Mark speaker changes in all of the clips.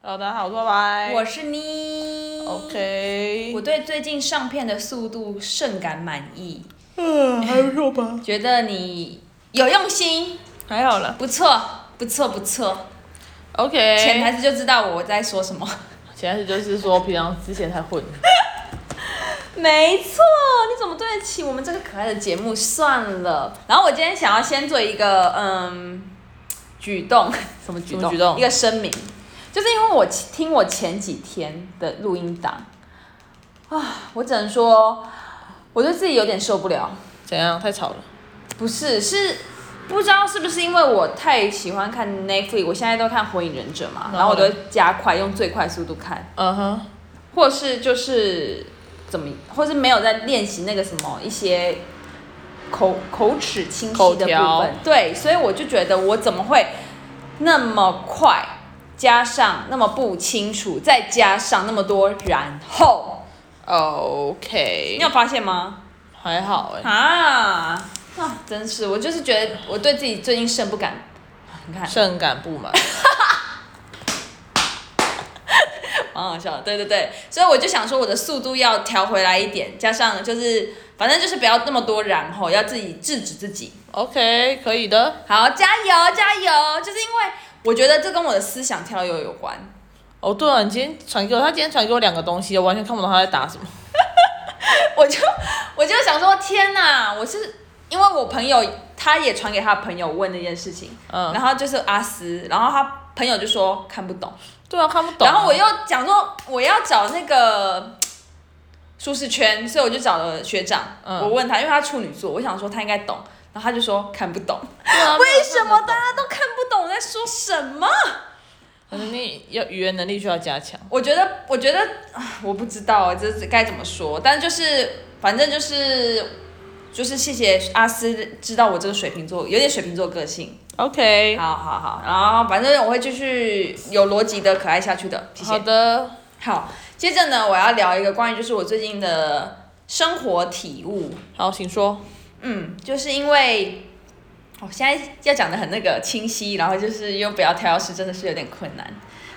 Speaker 1: Hello，大家好，我是拜拜。
Speaker 2: 我是你。
Speaker 1: 哎 OK
Speaker 2: 我。对最近上片的速度甚感满意，
Speaker 1: 嗯，还不错吧？
Speaker 2: 觉得你有用心，
Speaker 1: 还好啦。
Speaker 2: 不错，不错，不错。
Speaker 1: OK。
Speaker 2: 潜台词就知道我在说什么。
Speaker 1: 潜台词就是说，平常之前太混。
Speaker 2: 没错，你怎么对得起我们这个可爱的节目？算了。然后我今天想要先做一个嗯举动，什么举
Speaker 1: 什么举动
Speaker 2: 一个声明，就是因为我听我前几天的录音档啊，我只能说，我对自己有点受不了。
Speaker 1: 怎样？太吵了。
Speaker 2: 不是，是不知道是不是因为我太喜欢看 Netflix，我现在都看《火影忍者》嘛，
Speaker 1: 然
Speaker 2: 然
Speaker 1: 后
Speaker 2: 后我
Speaker 1: 呢
Speaker 2: 都会加快，用最快速度看，
Speaker 1: 嗯哼。
Speaker 2: 或是就是怎么，或是没有在练习那个什么一些口口齿清晰
Speaker 1: 口
Speaker 2: 的部
Speaker 1: 条
Speaker 2: 分。对，所以我就觉得我怎么会那么快，加上那么不清楚，再加上那么多然后，你
Speaker 1: OK。
Speaker 2: 有发现吗？
Speaker 1: 还好哎、
Speaker 2: 啊，啊，真是，我就是觉得我对自己最近甚不敢。你看，
Speaker 1: 甚感不满。
Speaker 2: 蛮好哦笑的，对对对，所以我就想说我的速度要调回来一点，加上就是反正就是不要那么多然后，要自己制止自己。
Speaker 1: OK，可以的。
Speaker 2: 好，加油加油！就是因为我觉得这跟我的思想跳跃有关，
Speaker 1: 哦，对了，你今天传给我，他今天传给我两个东西，我完全看不懂他在打什么。
Speaker 2: 我就我就想说，天哪！我是因为我朋友他也传给他朋友问那件事情，
Speaker 1: 嗯
Speaker 2: 然后就是阿斯，然后他朋友就说看不懂。
Speaker 1: 对啊，看不懂啊。
Speaker 2: 然后我又讲说我要找那个舒适圈，所以我就找了学长，
Speaker 1: 嗯
Speaker 2: 我问他，因为他处女座，我想说他应该懂，然后他就说看不懂，
Speaker 1: 对啊
Speaker 2: 为什么
Speaker 1: 的？
Speaker 2: 大家都看不懂我在说什么？
Speaker 1: 可能你要语言能力需要加强。
Speaker 2: 我觉得，我觉得， 啊我不知道这是该怎么说，但就是反正就是就是谢谢阿斯知道我这个水瓶座，有点水瓶座个性，
Speaker 1: OK。
Speaker 2: 好好好，然后反正我会继续有逻辑的可爱下去的，谢谢
Speaker 1: 好。的。
Speaker 2: 好，接着呢，我要聊一个关于就是我最近的生活体悟。
Speaker 1: 好，请说。
Speaker 2: 嗯，就是因为我、现在要讲的很那个清晰，然后就是又不要挑食，真的是有点困难。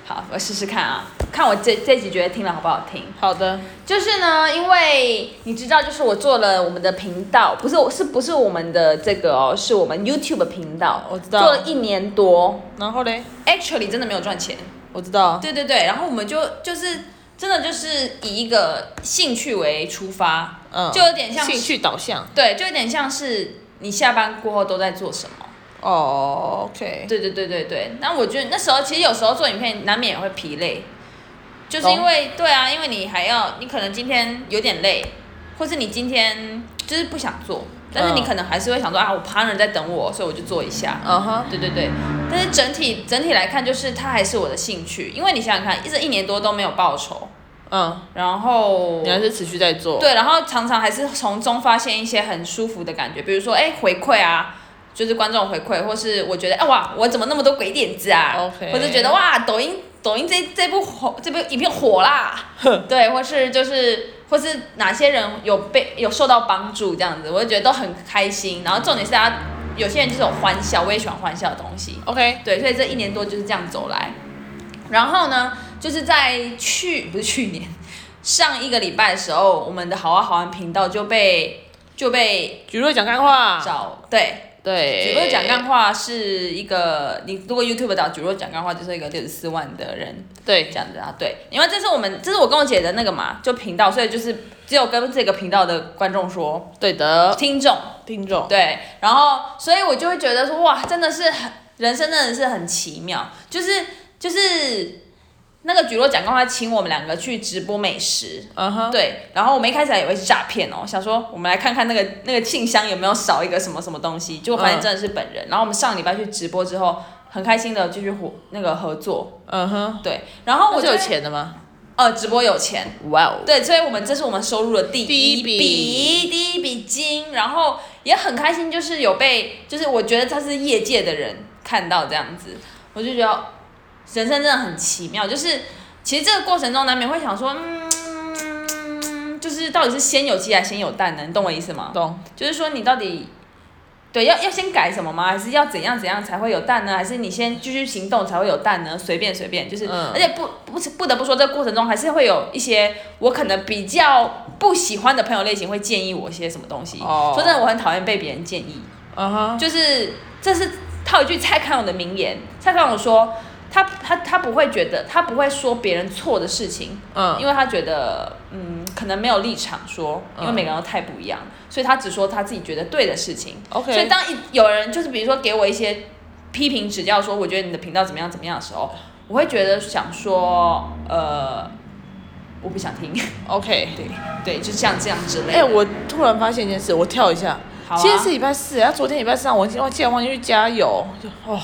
Speaker 2: 好，我试试看啊，看我这这集觉得听了好不好听。
Speaker 1: 好的。
Speaker 2: 就是呢，因为你知道，就是我做了我们的频道，不是我是不是我们的这个哦，是我们 YouTube 的频道，
Speaker 1: 我知道
Speaker 2: 做了一年多
Speaker 1: 然后嘞，
Speaker 2: ，actually 真的没有赚钱。
Speaker 1: 我知道。
Speaker 2: 对对对，然后我们就就是真的就是以一个兴趣为出发，
Speaker 1: 嗯。
Speaker 2: 就有点像是
Speaker 1: 兴趣导向。
Speaker 2: 对，就有点像是你下班过后都在做什么。
Speaker 1: 哦，OK，
Speaker 2: 对对对对对，那我觉得那时候其实有时候做影片难免也会疲累，就是因为对啊，因为你还要你可能今天有点累，或是你今天就是不想做，但是你
Speaker 1: 嗯
Speaker 2: 可能还是会想说啊，我 partner 在等我，所以我就做一下。
Speaker 1: 嗯哼，
Speaker 2: 对对对，但是整体整体来看，就是它还是我的兴趣，因为你想想看，一直一年多都没有报酬，
Speaker 1: 嗯，
Speaker 2: 然后
Speaker 1: 你还是持续在做，
Speaker 2: 对，然后常常还是从中发现一些很舒服的感觉，比如说哎回馈啊，就是观众回馈，或是我觉得哎哇，我怎么那么多鬼点子啊
Speaker 1: OK
Speaker 2: 或者觉得哇抖音抖音这这部火这部影片火啦，对，或是就是或是哪些人有被有受到帮助这样子，我就觉得都很开心。然后重点是大家有些人就是有欢笑，我也喜欢欢笑的东西。
Speaker 1: ，OK，
Speaker 2: 对，所以这一年多就是这样走来。然后呢，就是在去不是去年上一个礼拜的时候，我们的好啊好玩频道就被就被
Speaker 1: 举例讲干话，
Speaker 2: 找对，举
Speaker 1: 对，
Speaker 2: 若讲干话是一个你如果 YouTube 找举若讲干话，就是一个六十四万的人
Speaker 1: 对
Speaker 2: 这样子啊，对，因为这是我们这是我跟我姐的那个嘛，就频道，所以就是只有跟这个频道的观众说
Speaker 1: 对的，
Speaker 2: 听众
Speaker 1: 听众，
Speaker 2: 对，然后所以我就会觉得说，哇，真的是很人生真的是很奇妙，就是就是那个举落讲刚才请我们两个去直播美食。
Speaker 1: 嗯哼，
Speaker 2: 对，然后我们一开始还以为是诈骗哦，想说我们来看看那个那个信箱有没有少一个什么什么东西，结果发现
Speaker 1: 嗯
Speaker 2: 真的是本人。然后我们上礼拜去直播之后，很开心的继续合那个合作，
Speaker 1: 嗯哼，
Speaker 2: 对。然后
Speaker 1: 那
Speaker 2: 我
Speaker 1: 是
Speaker 2: 就
Speaker 1: 有
Speaker 2: 会
Speaker 1: 钱的吗？
Speaker 2: 呃直播有钱，
Speaker 1: 哇哦，
Speaker 2: 对，所以我们这是我们收入的第
Speaker 1: 第
Speaker 2: 一
Speaker 1: 一
Speaker 2: 笔
Speaker 1: 笔
Speaker 2: 第一笔金，然后也很开心，就是有被，就是我觉得他是业界的人看到这样子，我就觉得人生真的很奇妙，就是其实这个过程中难免会想说，嗯，就是到底是先有鸡还是先有蛋呢？你懂我意思吗？
Speaker 1: 懂，
Speaker 2: 就是说你到底对，要要先改什么吗？还是要怎样怎样才会有蛋呢？还是你先继续行动才会有蛋呢？随便随便，就是，
Speaker 1: 嗯
Speaker 2: 而且不不是不得不说，这个过程中还是会有一些我可能比较不喜欢的朋友类型会建议我一些什么东西。
Speaker 1: 哦
Speaker 2: 说真的，我很讨厌被别人建议，
Speaker 1: 啊哈，
Speaker 2: 就是这是套一句蔡康永的名言。蔡康永说，他他他不会觉得，他不会说别人错的事情，
Speaker 1: 嗯
Speaker 2: 因为他觉得，嗯，可能没有立场说，因为
Speaker 1: 嗯
Speaker 2: 每个人都太不一样，所以他只说他自己觉得对的事情。所以
Speaker 1: ，OK，
Speaker 2: 当一有人就是比如说给我一些批评指教，说我觉得你的频道怎么样怎么样的时候，我会觉得想说，呃，我不想听，
Speaker 1: OK。
Speaker 2: 对对，就像这样之类
Speaker 1: 哎、
Speaker 2: 的。
Speaker 1: 我突然发现一件事，我跳一下，
Speaker 2: 好啊
Speaker 1: 今天是礼拜四，然后昨天礼拜三，我忘记忘记去加油，就哦，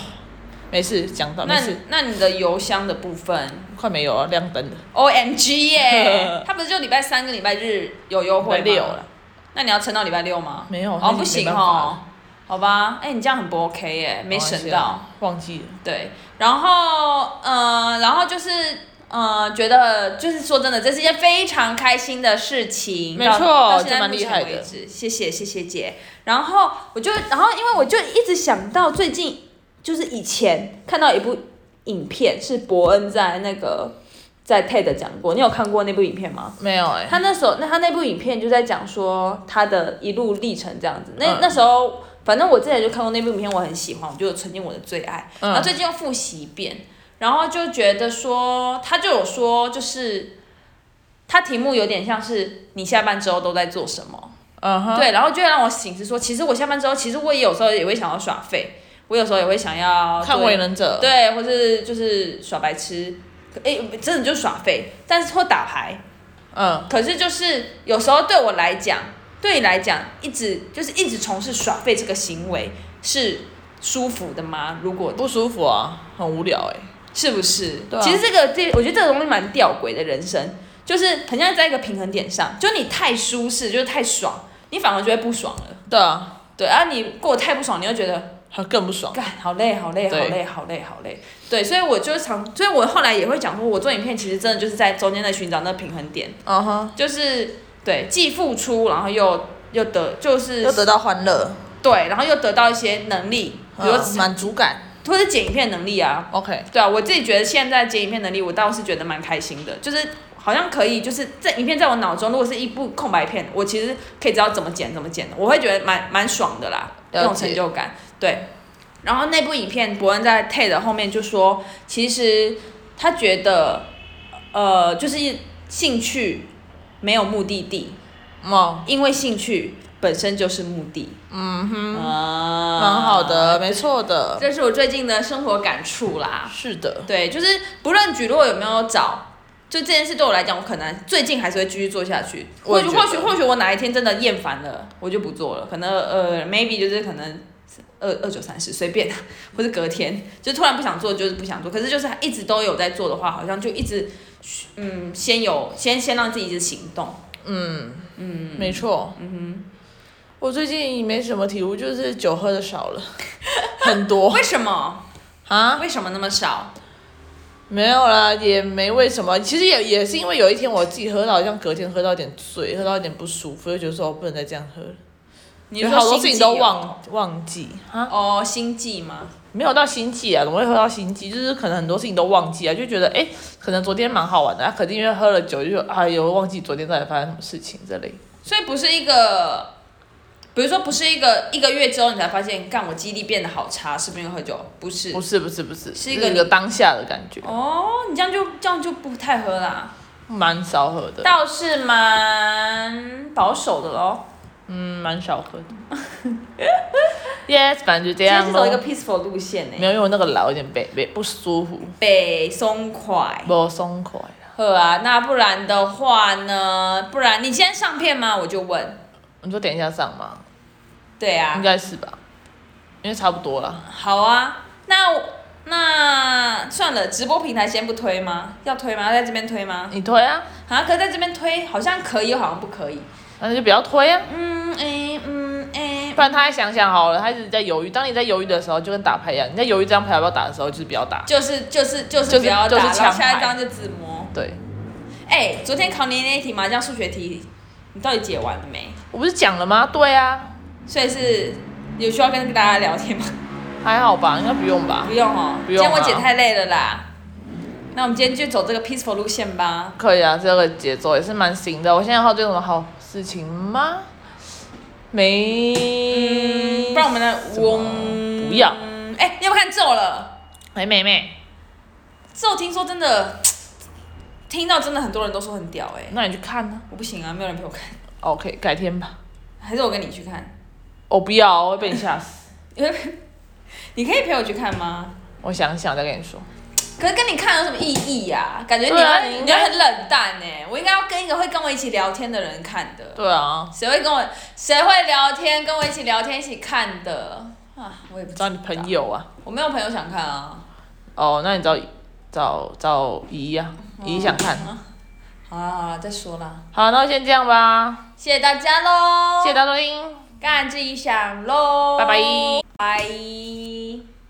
Speaker 1: 没事，讲到没
Speaker 2: 那
Speaker 1: 事
Speaker 2: 你，那你的邮箱的部分
Speaker 1: 快没有了，亮灯了，
Speaker 2: ，O M G 耶，他不是就礼拜三跟礼拜日有优惠
Speaker 1: 礼
Speaker 2: 吗
Speaker 1: 拜六了？
Speaker 2: 那你要撑到礼拜六吗？
Speaker 1: 没有那
Speaker 2: 哦
Speaker 1: 已经
Speaker 2: 不行
Speaker 1: 没办法
Speaker 2: 哦
Speaker 1: 了，
Speaker 2: 好吧，哎、你这样很不 OK 耶，没
Speaker 1: 啊
Speaker 2: 省到。，
Speaker 1: 忘记了，
Speaker 2: 对，然后呃，然后就是呃，觉得就是说真的，这是一件非常开心的事情，
Speaker 1: 没
Speaker 2: 到
Speaker 1: 错
Speaker 2: 到
Speaker 1: 这
Speaker 2: 现在
Speaker 1: 蛮
Speaker 2: 目
Speaker 1: 厉
Speaker 2: 前
Speaker 1: 害
Speaker 2: 为
Speaker 1: 的
Speaker 2: 止，谢谢谢谢姐。然后我就，然后因为我就一直想到最近，就是以前看到一部影片，是伯恩在那个在 TED 讲过，你有看过那部影片吗？
Speaker 1: 没有哎、
Speaker 2: 他那时候，那他那部影片就在讲说他的一路历程这样子。那、
Speaker 1: 嗯
Speaker 2: 那时候，反正我之前就看过那部影片，我很喜欢，我就曾经我的最爱。
Speaker 1: 嗯
Speaker 2: 然后最近又复习一遍，然后就觉得说，他就有说，就是他题目有点像是你下班之后都在做什么。
Speaker 1: 嗯哼，
Speaker 2: 对，然后就会让我醒思说，其实我下班之后，其实我也有时候也会想要耍废，我有时候也会想要
Speaker 1: 看
Speaker 2: 对
Speaker 1: 《伪能者》，
Speaker 2: 对，或是就是耍白痴，哎、真的就是耍废，但是或打牌。
Speaker 1: 嗯，
Speaker 2: 可是就是有时候对我来讲，对你来讲，一直就是一直从事耍废这个行为是舒服的吗？如果
Speaker 1: 不舒服啊，很无聊哎、
Speaker 2: 是不是？
Speaker 1: 对啊
Speaker 2: 其实这个这，我觉得这个东西蛮吊诡的人生，就是很像在一个平衡点上，就你太舒适，就是太爽，你反而就会不爽了。
Speaker 1: 对啊，
Speaker 2: 对啊，你过得太不爽，你会觉得
Speaker 1: 他更不爽，
Speaker 2: 干好累，好累，好
Speaker 1: 对
Speaker 2: 累，好累，好累。对，所以我就常，所以我后来也会讲说，我做影片其实真的就是在中间在寻找那个平衡点。
Speaker 1: 嗯哼，
Speaker 2: 就是对，既付出，然后又又得，就是
Speaker 1: 又得到欢乐，
Speaker 2: 对，然后又得到一些能力，比如说、
Speaker 1: 嗯满足感
Speaker 2: 或者剪影片能力啊，
Speaker 1: ，OK，
Speaker 2: 对啊，我自己觉得现在剪影片能力，我倒是觉得蛮开心的，就是好像可以，就是这影片在我脑中，如果是一部空白片，我其实可以知道怎么剪怎么剪的，我会觉得蛮蛮爽的啦，
Speaker 1: 了解
Speaker 2: 那种成就感，对。然后那部影片，伯恩在 TED 后面就说，其实他觉得，呃，就是兴趣没有目的地，
Speaker 1: 嗯，
Speaker 2: 因为兴趣本身就是目的。嗯哼，啊
Speaker 1: 蛮好。的，没错的，
Speaker 2: 这是我最近的生活感触啦。
Speaker 1: 是的，
Speaker 2: 对，就是不论举落有没有找，就这件事对我来讲，我可能最近还是会继续做下去。
Speaker 1: 我
Speaker 2: 或
Speaker 1: 也
Speaker 2: 许
Speaker 1: 觉得
Speaker 2: 或许或许我哪一天真的厌烦了，我就不做了。可能呃，maybe 就是可能。二二九三十随便，啊或是隔天，就突然不想做，就是不想做。可是就是一直都有在做的话，好像就一直，嗯，先有先先让自己一直行动。
Speaker 1: 没错，嗯哼，我最近没什么体悟，就是酒喝的少 了，很多
Speaker 2: 为什么？
Speaker 1: 啊，
Speaker 2: 为什么那么少？
Speaker 1: 没有啦，也没为什么，其实也也是因为有一天我自己喝到，好像隔天喝到有点醉，喝到有点不舒服，就觉得说我不能再这样喝了，
Speaker 2: 你
Speaker 1: 有
Speaker 2: 说
Speaker 1: 好多事
Speaker 2: 心
Speaker 1: 情
Speaker 2: 悸
Speaker 1: 都
Speaker 2: 哦
Speaker 1: 忘忘记啊，
Speaker 2: 哦，心悸吗？
Speaker 1: 没有到心悸啊，怎么会喝到心悸？就是可能很多事情都忘记啊，就觉得哎、诶可能昨天蛮好玩的，啊、可能因为喝了酒就觉得哎呦忘记昨天到底发生什么事情这类，
Speaker 2: 所以不是一个，比如说不是一个一个月之后你才发现，干我记忆力变得好差，是不是因为喝酒？不是。
Speaker 1: 不是不是不是，
Speaker 2: 是一个
Speaker 1: 一个当下的感觉，
Speaker 2: 哦，你这样就这样就不太喝啦，
Speaker 1: 蛮少喝的，
Speaker 2: 倒是蛮保守的喽。
Speaker 1: 嗯，蛮少喝的。yes，反正就这
Speaker 2: 今天
Speaker 1: 样
Speaker 2: 是走一个
Speaker 1: 咯。
Speaker 2: peaceful 路线呢、
Speaker 1: 啊没有，因为我那个老有点背背不舒服，
Speaker 2: 北松快。
Speaker 1: 不松快啦。
Speaker 2: 喝啊，那不然的话呢？不然你今天上片吗？我就问。
Speaker 1: 你说等一下上吗？
Speaker 2: 对啊
Speaker 1: 应，该是吧，因为差不多啦。
Speaker 2: 好啊，那我那算了，直播平台先不推吗？要推吗？要在这边推吗？
Speaker 1: 你推啊，
Speaker 2: 啊，可是在这边推好像可以，又好像不可以。
Speaker 1: 那就不要推啊，
Speaker 2: 嗯，诶，嗯，诶，
Speaker 1: 不然他还想想好了，他一直在犹豫。当你在犹豫的时候，就跟打牌一样，你在犹豫这张牌要不要打的时候，就是不要打。
Speaker 2: 就是就是就是
Speaker 1: 就是
Speaker 2: 不要打，
Speaker 1: 就是
Speaker 2: 然
Speaker 1: 抢
Speaker 2: 后下一
Speaker 1: 牌
Speaker 2: 张就自摸。
Speaker 1: 对，
Speaker 2: 哎、昨天考你那一题麻将数学题，你到底解完了没？
Speaker 1: 我不是讲了吗？对啊，
Speaker 2: 所以是有需要跟大家聊 天吗？
Speaker 1: 还好吧，应该不用吧
Speaker 2: 不？用哦，
Speaker 1: 不用啊
Speaker 2: 今天我姐太累了啦。那我们今天就走这个 peaceful 路线吧。
Speaker 1: 可以啊，这个节奏也是蛮行的。我现在还有这种好事情吗？没，
Speaker 2: 嗯，不然我们来
Speaker 1: 什么啊
Speaker 2: 嗡。
Speaker 1: 不要。
Speaker 2: 哎、你有没有看咒了？
Speaker 1: 哎，妹妹，
Speaker 2: 咒听说真的，听到真的很多人都说很屌哎、
Speaker 1: 那你去看呢、
Speaker 2: 我不行啊，没有人陪我看，
Speaker 1: OK，改天吧。
Speaker 2: 还是我跟你去看。
Speaker 1: 我不要，我会被你吓死。
Speaker 2: 你可以陪我去看吗？
Speaker 1: 我想想再跟你说。
Speaker 2: 可是跟你看有什么意义呀、感觉你
Speaker 1: 对啊
Speaker 2: 会
Speaker 1: 你
Speaker 2: 你
Speaker 1: 应
Speaker 2: 会
Speaker 1: 该
Speaker 2: 很冷淡哎、我应该要跟一个会跟我一起聊天的人看的。
Speaker 1: 对啊，
Speaker 2: 谁会跟我？谁会聊天？跟我一起聊天，一起看的啊？我也不知
Speaker 1: 找
Speaker 2: 道
Speaker 1: 你朋，友啊。
Speaker 2: 我没有朋友想看啊。
Speaker 1: 哦，那你找找找姨呀、啊，
Speaker 2: 嗯
Speaker 1: 姨想看。
Speaker 2: 好啦好啦，再说啦，
Speaker 1: 好，那就先这样吧，
Speaker 2: 谢谢大家喽，
Speaker 1: 谢谢大家收听，
Speaker 2: 干自己想喽，
Speaker 1: 拜拜。
Speaker 2: 拜。